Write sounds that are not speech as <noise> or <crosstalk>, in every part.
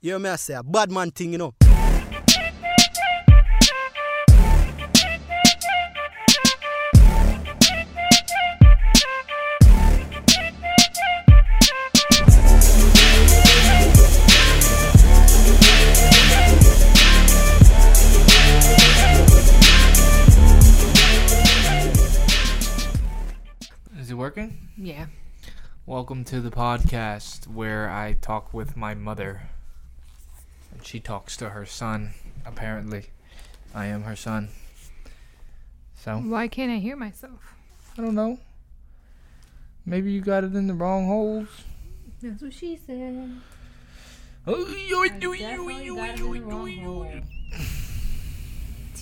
You hear me I say a bad man thing, you know. Is it working? Yeah. Welcome to the podcast where I talk with my mother. And she talks to her son, apparently. I am her son. So, Why can't I hear myself? I don't know. Maybe you got it in the wrong holes. That's what she said.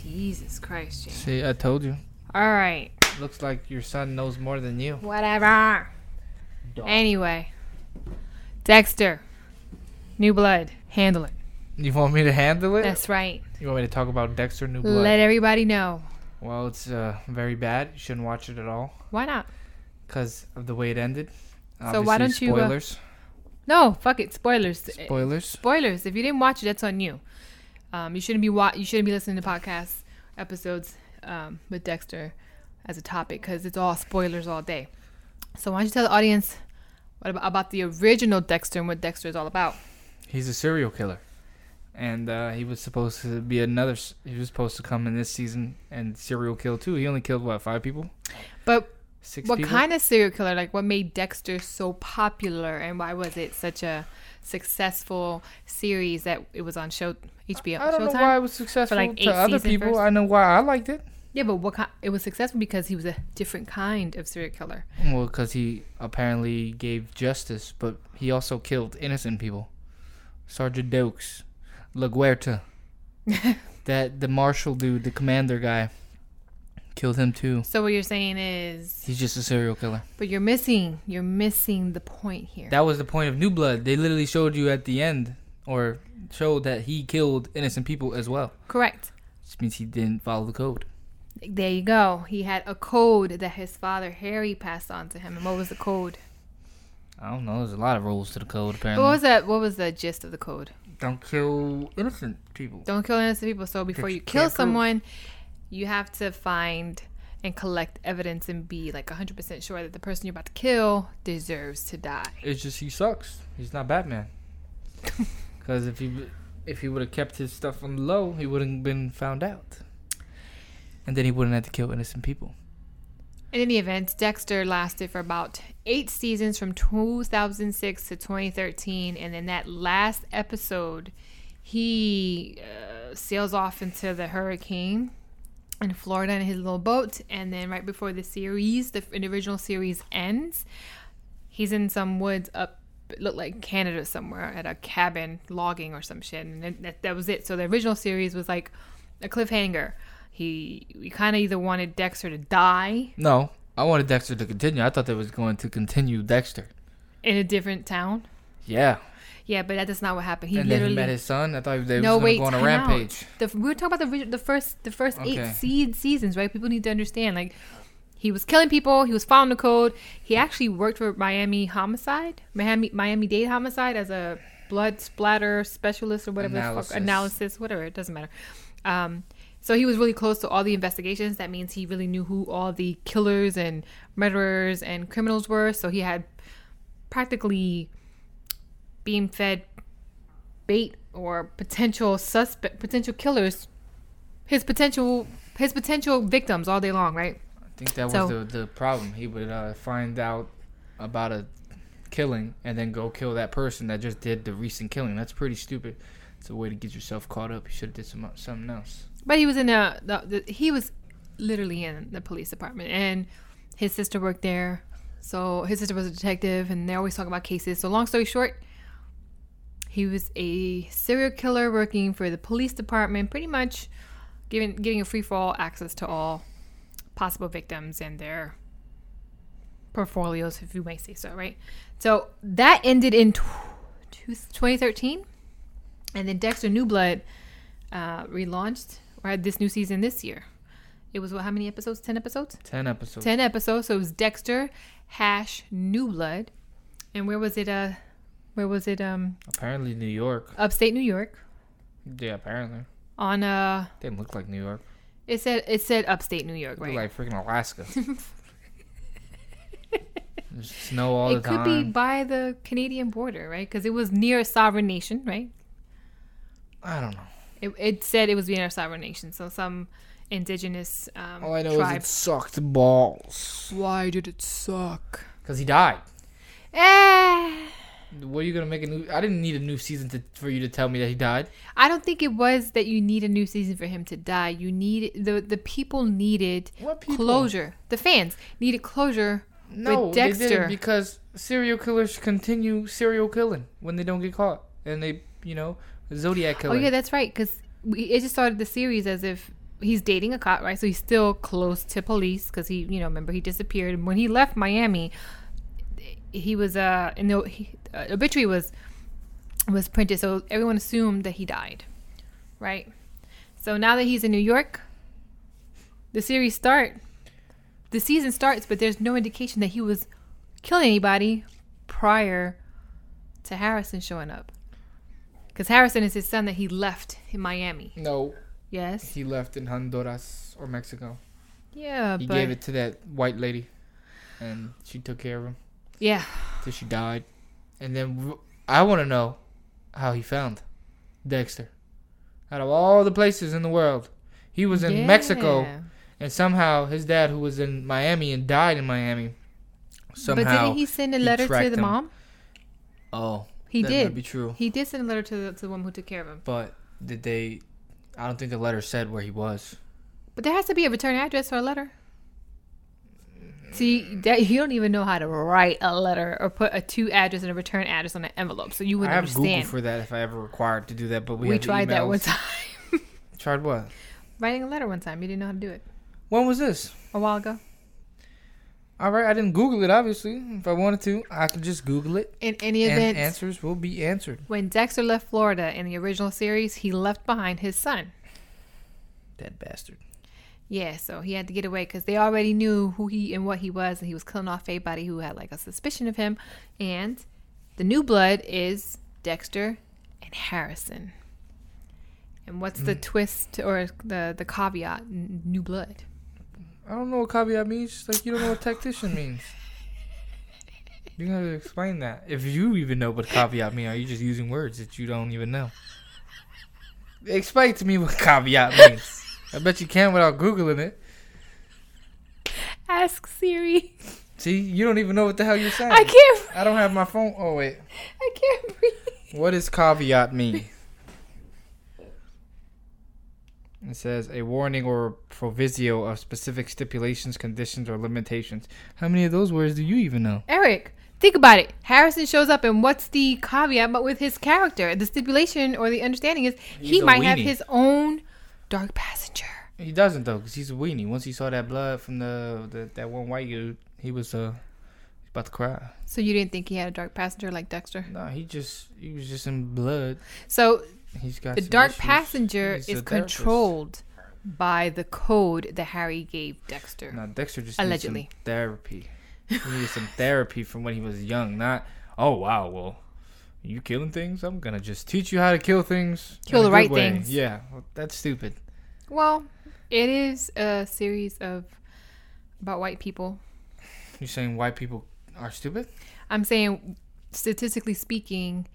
Jesus Christ, James. See, I told you. All right. Looks like your son knows more than you. Whatever. Anyway, Dexter, New Blood, handle it. You want me to handle it? That's right. You want me to talk about Dexter New Blood? Let everybody know. well, it's uh, very bad. You shouldn't watch it at all Why not? because of the way it ended. So why Obviously, don't you, uh, eh, spoilers? No, fuck it. Spoilers. spoilers. Spoilers. If you didn't watch it, that's on you. Um, you shouldn't be wa- you shouldn't be listening to podcast episodes um, with Dexter as a topic because it's all spoilers all day. So why don't you tell the audience what about, about the original Dexter and what Dexter is all about? He's a serial killer, and uh, he was supposed to be another. s- He was supposed to come in this season and serial kill too. He only killed what five people, But six. what people? kind of serial killer? Like what made Dexter so popular and why was it such a successful series that it was on show HBO I don't know Showtime? why it was successful like, eight to other season people. first? I know why I liked it. Yeah, but what kind? It was successful because he was a different kind of serial killer. Well, because he apparently gave justice, but he also killed innocent people. Sergeant Dokes, <laughs> LaGuerta, that the marshal dude, the commander guy, killed him too. So what you're saying is He's just a serial killer. But you're missing you're missing the point here. That was the point of New Blood. They literally showed you at the end, or showed that he killed innocent people as well. Correct. Which means he didn't follow the code. There you go. He had a code that his father Harry passed on to him. And what was the code? I don't know. There's a lot of rules to the code, apparently. What was that? What was the gist of the code? Don't kill innocent people. Don't kill innocent people. So before That you you kill can't prove. someone, you have to find and collect evidence and be like 100% sure that the person you're about to kill deserves to die. It's just he sucks. He's not Batman. Because if he if he would have kept his stuff on the low, he wouldn't been found out. And then he wouldn't have to kill innocent people. In any event, Dexter lasted for about eight seasons from 2006 to 2013. And in that last episode, he uh, sails off into the hurricane in Florida in his little boat. And then, right before the series, the f- original series ends, he's in some woods up, it looked like Canada somewhere, at a cabin logging or some shit. And then that, that was it. So the original series was like a cliffhanger. He, we kind of either wanted Dexter to die No, I wanted Dexter to continue. I thought they was going to continue Dexter. in a different town. Yeah. Yeah, but that- that's not what happened. He and then literally he met his son. I thought they no was going wait to go on a time out. rampage. The, we were talking about the ri- the first the first Okay. eight seed seasons, right? People need to understand like. He was killing people. He was following the code. He actually worked for Miami Homicide, Miami Miami Dade Homicide, as a blood splatter specialist or whatever the Analysis. fuck analysis, whatever. It doesn't matter. Um, so he was really close to all the investigations. That means he really knew who all the killers and murderers and criminals were. So he had practically being fed bait or potential suspect potential killers his potential his potential victims all day long right I think that So- was the, the problem. He would uh, find out about a killing and then go kill that person that just did the recent killing. That's pretty stupid. It's a way to get yourself caught up. You should have did some something else. but he was in a the, the, he was literally in the police department and his sister worked there so his sister was a detective and they always talk about cases so long story short he was a serial killer working for the police department pretty much giving getting a free for all access to all possible victims and their portfolios if you may say so right so that ended in tw- 2013 and then dexter new blood uh, relaunched or had this new season this year. It was what? How many episodes? Ten episodes. Ten episodes. Ten episodes. So it was Dexter, Hash, New Blood, and where was it? Uh, Where was it? Um, Apparently, New York. upstate New York. Yeah, apparently. On uh, Didn't look like New York. it said it said upstate New York, Looked right? like freaking Alaska. <laughs> There's snow all it the could be time. by the Canadian border, right? Because it was near a sovereign nation, right? I don't know. It, it said it was near a sovereign nation, so some indigenous um, All I know tribe. is it sucked balls. Why did it suck? Cause he died. Eh, What are you gonna make a new? I didn't need a new season to, for you to tell me that he died. I don't think it was that you need a new season for him to die. You need the the people needed What people? closure. The fans needed closure No, with they Dexter. didn't because serial killers continue serial killing when they don't get caught, and they, you know, Zodiac oh killer. yeah, that's right. Because it just started the series as if he's dating a cop, right? So he's still close to police because he, you know, remember he disappeared. And when he left Miami, he was uh, in the he, uh, obituary was was printed, so everyone assumed that he died, right? So now that he's in New York, the series start, the season starts, but there's no indication that he was killing anybody prior to Harrison showing up. Because Harrison is his son that he left in Miami. no, Yes. he left in Honduras or Mexico. Yeah, He but gave it to that white lady, and she took care of him yeah, till she died. And then r- I want to know how he found Dexter. Out of all the places in the world, he was in Mexico, Yeah. and somehow his dad, who was in Miami and died in Miami, somehow. but didn't he send a he letter to tracked the him. mom? Oh, He that did. might be true. He did send a letter to the, to the woman who took care of him. But did they? I don't think the letter said where he was. But there has to be a return address for a letter. See, that, you don't even know how to write a letter or put a to address and a return address on an envelope, so you I wouldn't have Google understand. for that if I ever required to do that, but we, we had the tried that emails. one time. <laughs> Tried what? Writing a letter one time, you didn't know how to do it When was this? a while ago. All right, I didn't Google it. Obviously, if I wanted to, I could just Google it, In any and event, answers will be answered. when Dexter left Florida in the original series, he left behind his son. That bastard. Yeah, so he had to get away because they already knew who he and what he was, and he was killing off everybody who had like a suspicion of him. And the new blood is Dexter and Harrison. And what's Hmm. the twist or the the caveat? N- New blood. I don't know what caveat means. Just like you don't know what tactician <laughs> means. You gotta explain that. If you even know what caveat means, are you just using words that you don't even know? Explain to me what caveat means. I bet you can without googling it. Ask Siri. See, you don't even know what the hell you're saying. I can't. I don't have my phone. Oh wait, <laughs> I can't breathe. what does caveat mean? It says a warning or proviso of specific stipulations, conditions, or limitations. How many of those words do you even know? Eric, think about it. Harrison shows up, and what's the caveat? But with his character, the stipulation or the understanding is he He's a might have weenie. his own dark passenger. He doesn't though, cause he's a weenie. Once he saw that blood from the, the that one white dude, he was uh he's about to cry. So you didn't think he had a dark passenger like Dexter? No, he just he was just in blood. So He's got the some dark issues. passenger He's is a therapist. controlled by the code that Harry gave Dexter. No, Dexter just Allegedly. needs some <laughs> therapy. He needed some therapy from when he was young. Not oh wow, well you killing things. I'm gonna just teach you how to kill things. in Kill a the good right way." things. Yeah, well, that's stupid. Well, it is a series of about white people. You saying white people are stupid? I'm saying, statistically speaking,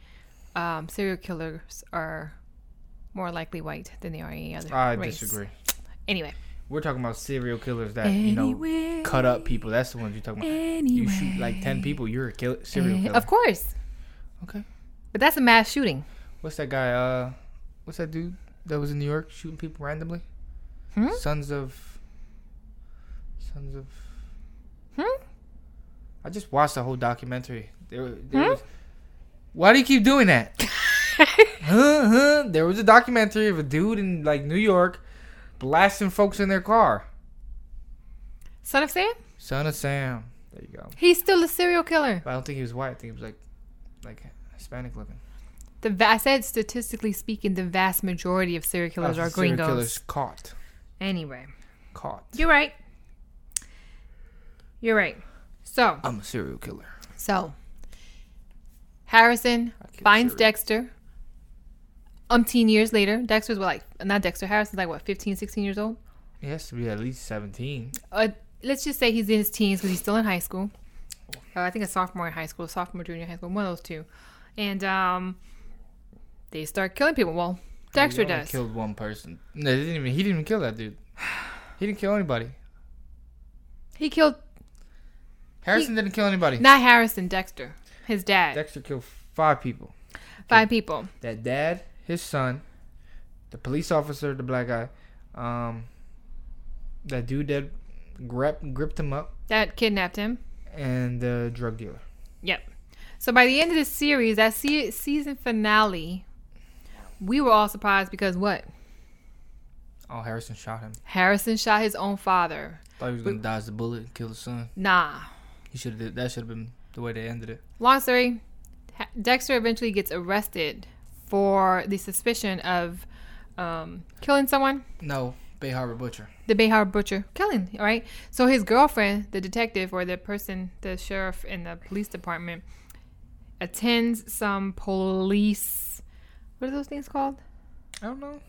um, serial killers are more likely white than they are any other I race. disagree. Anyway, We're talking about serial killers that you know Anyway. cut up people. That's the ones you're talking about. You shoot like ten people, you're a kill- serial Eh, killer. of course, Okay. but that's a mass shooting. What's that guy? Uh, what's that dude that was in New York shooting people randomly? Hmm? Sons of. Sons of. Hmm? I just watched the whole documentary. There, Hmm? there was, why do you keep doing that? <laughs> huh, huh? There was a documentary of a dude in like New York blasting folks in their car. Son of Sam? Son of Sam. There you go. He's still a serial killer. But I don't think he was white. I think he was like, like Hispanic looking. The va- I said statistically speaking, the vast majority of serial killers Uh, are serial gringos. killers caught. Anyway, Caught. you're right. You're right. So, I'm a serial killer. so Harrison can't finds see it. Dexter. Umpteen years later, Dexter's what, like, not Dexter, Harrison's like, what, 15, 16 years old? He has to be at least 17. Uh, let's just say he's in his teens because he's still in high school. Uh, I think a sophomore in high school, sophomore, junior high school, one of those two. And um, they start killing people. Well, Dexter he only does. killed one person. No, they didn't even, he didn't even kill that dude. <sighs> He didn't kill anybody. he killed, Harrison didn't kill anybody. not Harrison, Dexter, his dad. Dexter killed five people. Five people. That dad, his son, the police officer, the black guy, um, that dude that grep, gripped him up, That kidnapped him. and the drug dealer. Yep. So by the end of the series, that se- season finale, we were all surprised because what? Oh, Harrison shot him. Harrison shot his own father. Thought he was gonna dodge the bullet and kill his son. Nah. He should have. That should have been the way they ended it. Long story, Ha- Dexter eventually gets arrested for the suspicion of um, killing someone, No, Bay Harbor butcher. the Behar butcher killing, all right? So his girlfriend, the detective or the person, the sheriff in the police department, attends some police. What are those things called? I don't know.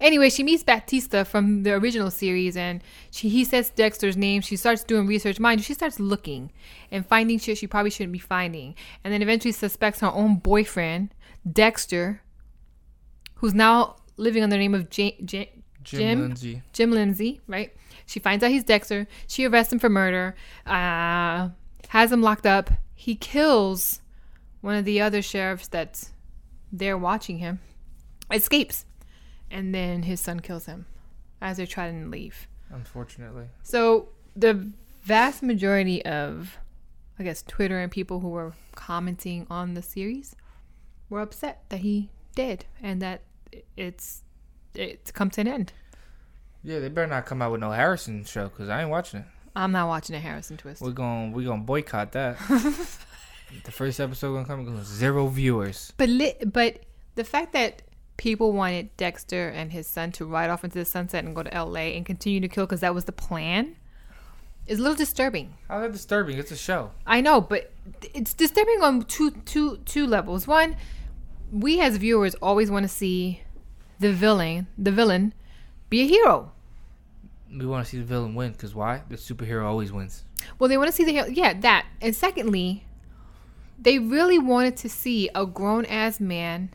Anyway, she meets Baptista from the original series, and she he says Dexter's name. She starts doing research. Mind you, she starts looking and finding shit she probably shouldn't be finding, and then eventually suspects her own boyfriend, Dexter, who's now living under the name of Ja- Ja- Jim, Jim? Lindsay. Jim Lindsay, right? She finds out he's Dexter. She arrests him for murder, uh, has him locked up. He kills one of the other sheriffs that's there watching him, escapes, and then his son kills him as they're trying to leave. Unfortunately, So the vast majority of, I guess, Twitter and people who were commenting on the series were upset that he did and that it's it's come to an end. yeah, they better not come out with no Harrison show because I ain't watching it. I'm not watching a Harrison twist. We're gonna we're gonna boycott <laughs> that. the first episode gonna come gonna zero viewers. But li- but the fact that people wanted Dexter and his son to ride off into the sunset and go to L.A. and continue to kill because that was the plan is a little disturbing. How's that disturbing? It's a show. I know, but it's disturbing on two two two levels. One, we as viewers always want to see the villain the villain be a hero. We want to see the villain win because why? The superhero always wins. Well, they want to see the hero. Yeah, that. And secondly, they really wanted to see a grown ass man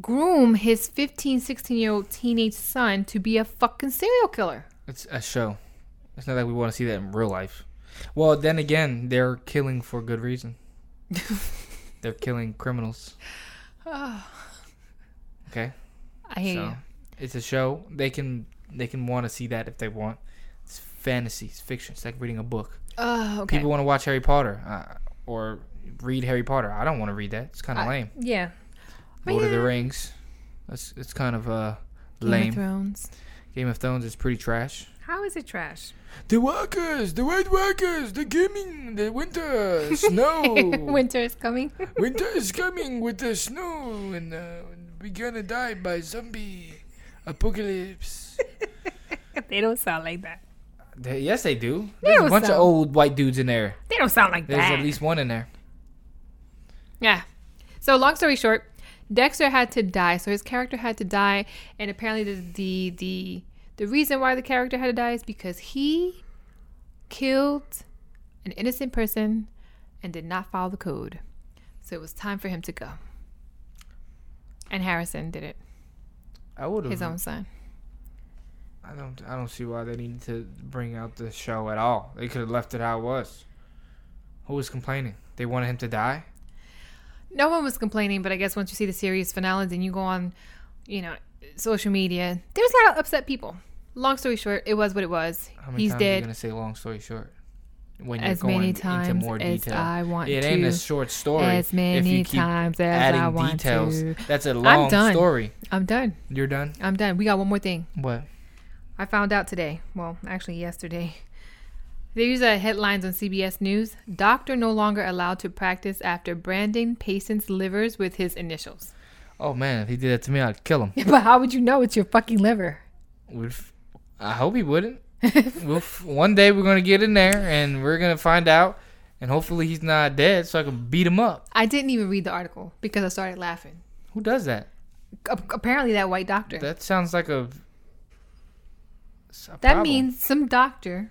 groom his 15, 16 year old teenage son to be a fucking serial killer. It's a show. It's not like we want to see that in real life. Well, then again, they're killing for good <laughs> reason. they're killing <sighs> criminals. Okay. I hear So you. it's a show. They can they can want to see that if they want. It's fantasy. It's fiction. It's like reading a book. Oh, okay. People want to watch Harry Potter uh, or read Harry Potter. I don't want to read that. It's kind of I- lame. yeah. Lord of the yeah. Rings. That's it's kind of uh Game lame. Game of of, Thrones. Thrones is pretty trash. How is it trash? <laughs> The workers, the white workers, the gaming, the <laughs> winter snow. Winter is coming. winter is coming with the snow, and uh, we're gonna die by zombie apocalypse. <laughs> they don't sound like that. They- yes, they do. They There's a don't bunch of sound- old white dudes in there. They don't sound like There's at least one in there. Yeah. So long story short, Dexter had to die. So his character had to die, and apparently the the the, the reason why the character had to die is because he killed an innocent person and did not follow the code. So it was time for him to go. And Harrison did it, I would his have. own son. I don't. I don't see why they needed to bring out the show at all. They could have left it how it was. Who was complaining? They wanted him to die. No one was complaining, but I guess once you see the series finale, then you go on, you know, social media. There's a lot of upset people. Long story short, it was what it was. How many He's times are you dead. gonna say long story short? When as many times as I want it to. ain't a short story. as if many you keep times as adding I want details, to. that's a long done. story. I'm done. You're done. I'm done. We got one more thing. What? I found out today. Well, actually yesterday. <laughs> There's a headlines on CBS News. Doctor no longer allowed to practice after branding patients' livers with his initials. Oh man, if he did that to me, I'd kill him. <laughs> but how would you know it's your fucking liver? We'd f- I hope he wouldn't. we'll f- one day we're gonna get in there and we're gonna find out, And hopefully he's not dead so I can beat him up. I didn't even read the article because I started laughing. Who does that? A- apparently, that white doctor. That sounds like a. it's a that problem. means some doctor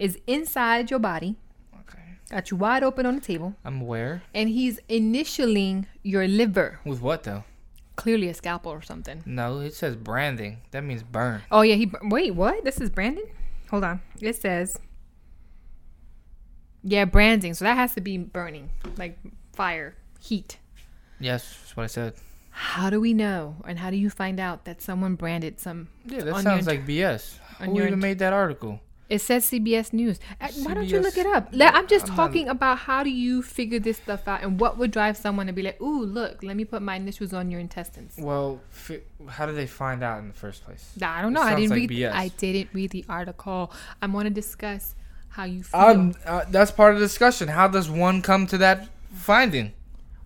is inside your body, Okay. got you wide open on the table, I'm aware. and he's initialing your liver, With what though? clearly a scalpel or something. No, it says branding. That means burn. Oh yeah, he. Wait, what? This is Brandon. Hold on. It says. Yeah, branding. So that has to be burning, like fire, heat. Yes, that's what I said. How do we know, and how do you find out that someone branded some? Yeah, that on your sounds like int- BS. on Who your even int- made that article? It says CBS News. Uh, Why don't you look it CBS up? Le- I'm just I'm not- talking about how do you figure this stuff out and what would drive someone to be like, ooh, look, let me put my initials on your intestines. Well, fi- how did they find out in the first place? Nah, I don't It know. I sounds didn't like read. BS. I didn't read the article. I want to discuss how you feel. Um, uh, that's part of the discussion. How does one come to that finding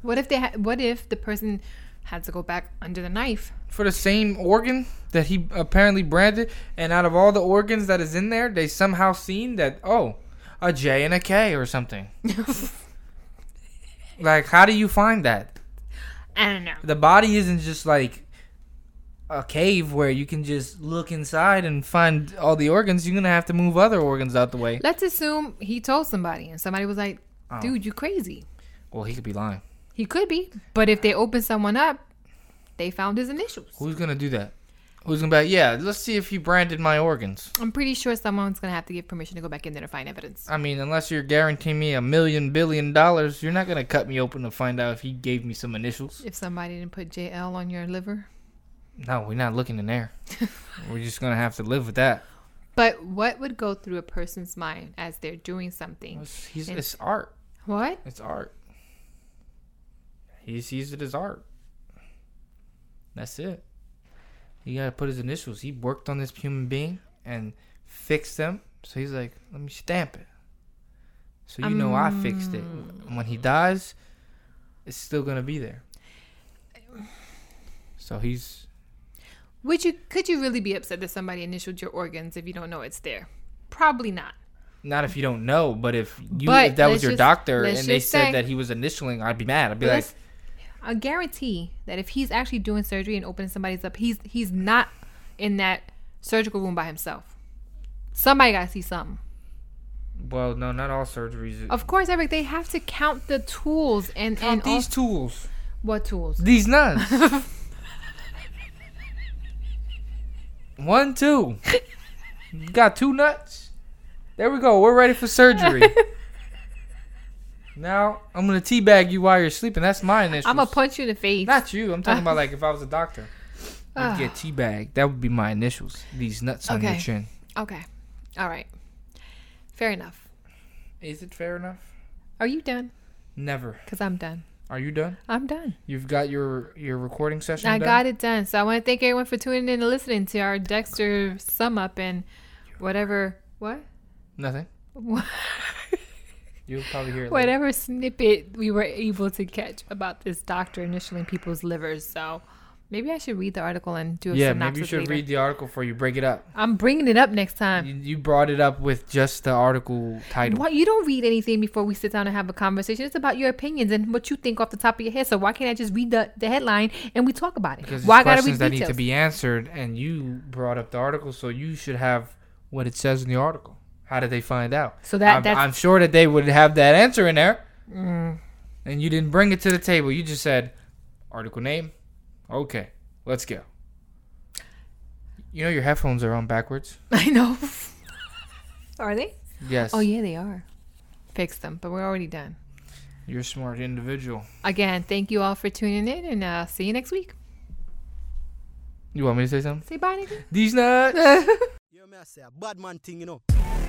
what if they? Ha- what if the person had to go back under the knife? for the same organ that he apparently branded? And out of all the organs that is in there, they somehow seen that oh, a J and a K or something. like, how do you find that? I don't know. the body isn't just like a cave where you can just look inside and find all the organs. You're gonna have to move other organs out the way. Let's assume he told somebody, and somebody was like, Oh. "Dude, you crazy." Well, he could be lying. He could be, but if they open someone up, they found his initials. Who's gonna do that? Who's gonna be like, yeah, let's see if he branded my organs. I'm pretty sure someone's gonna have to give permission to go back in there to find evidence. I mean, unless you're guaranteeing me a million billion dollars, you're not gonna cut me open to find out if he gave me some initials. If somebody didn't put JL on your liver. No, we're not looking in <laughs> there. we're just gonna have to live with that. But what would go through a person's mind as they're doing something? It's, he's, it's art. What? It's art. He sees it as art. That's it. He gotta put his initials. He worked on this human being and fixed them. So he's like, let me stamp it. So you know I fixed it. Um. When he dies, it's still gonna be there. So he's Would you could you really be upset that somebody initialed your organs if you don't know it's there? Probably not. not if you don't know, but if you But if that was let's your just- doctor and let's they just said say- that he was initialing, I'd be mad. I'd be But like, that's- I guarantee that if he's actually doing surgery and opening somebody's up, he's he's not in that surgical room by himself. Somebody gotta see something. well, no, not all surgeries. Of course, Eric. They have to count the tools and Count and these all- tools. <laughs> what tools? These nuns. One, two. You Got two nuts. There we go. We're ready for surgery. now I'm gonna teabag you while you're sleeping. That's my initial. I'm gonna punch you in the face. Not you. I'm <laughs> talking about like if I was a doctor. I'd get teabagged. That would be my initials. These nuts on Ah. Okay. your chin. okay, all right, fair enough. Is it fair enough? Are you done? Never. Cause I'm done. Are you done? I'm done. You've got your your recording session. I done? got it done. So I want to thank everyone for tuning in and listening to our Dexter sum up and whatever what <laughs> Nothing. You'll probably hear it. later. whatever snippet we were able to catch about this doctor initialing people's livers. So maybe I should read the article and do a Yeah, synopsis maybe you should later. read the article before you break it up. I'm bringing it up next time. You, you brought it up with just the article title. Why you don't read anything before we sit down and have a conversation? It's about your opinions and what you think off the top of your head. So why can't I just read the, the headline and we talk about it? Because why it's gotta questions read that details? need to be answered, and you brought up the article, so you should have what it says in the article. How did they find out? So that- I'm, that's- Mm. I'm sure that they would have that answer in there, and you didn't bring it to the table. You just said article name. Okay, let's go. You know your headphones are on backwards. <laughs> I know. are they? Yes. Oh yeah, they are. Fix them, but we're already done. You're a smart individual. Again, thank you all for tuning in, and uh, see you next week. You want me to say something? Say bye, nigga. These nuts. You hear me I say a bad man thing, you know.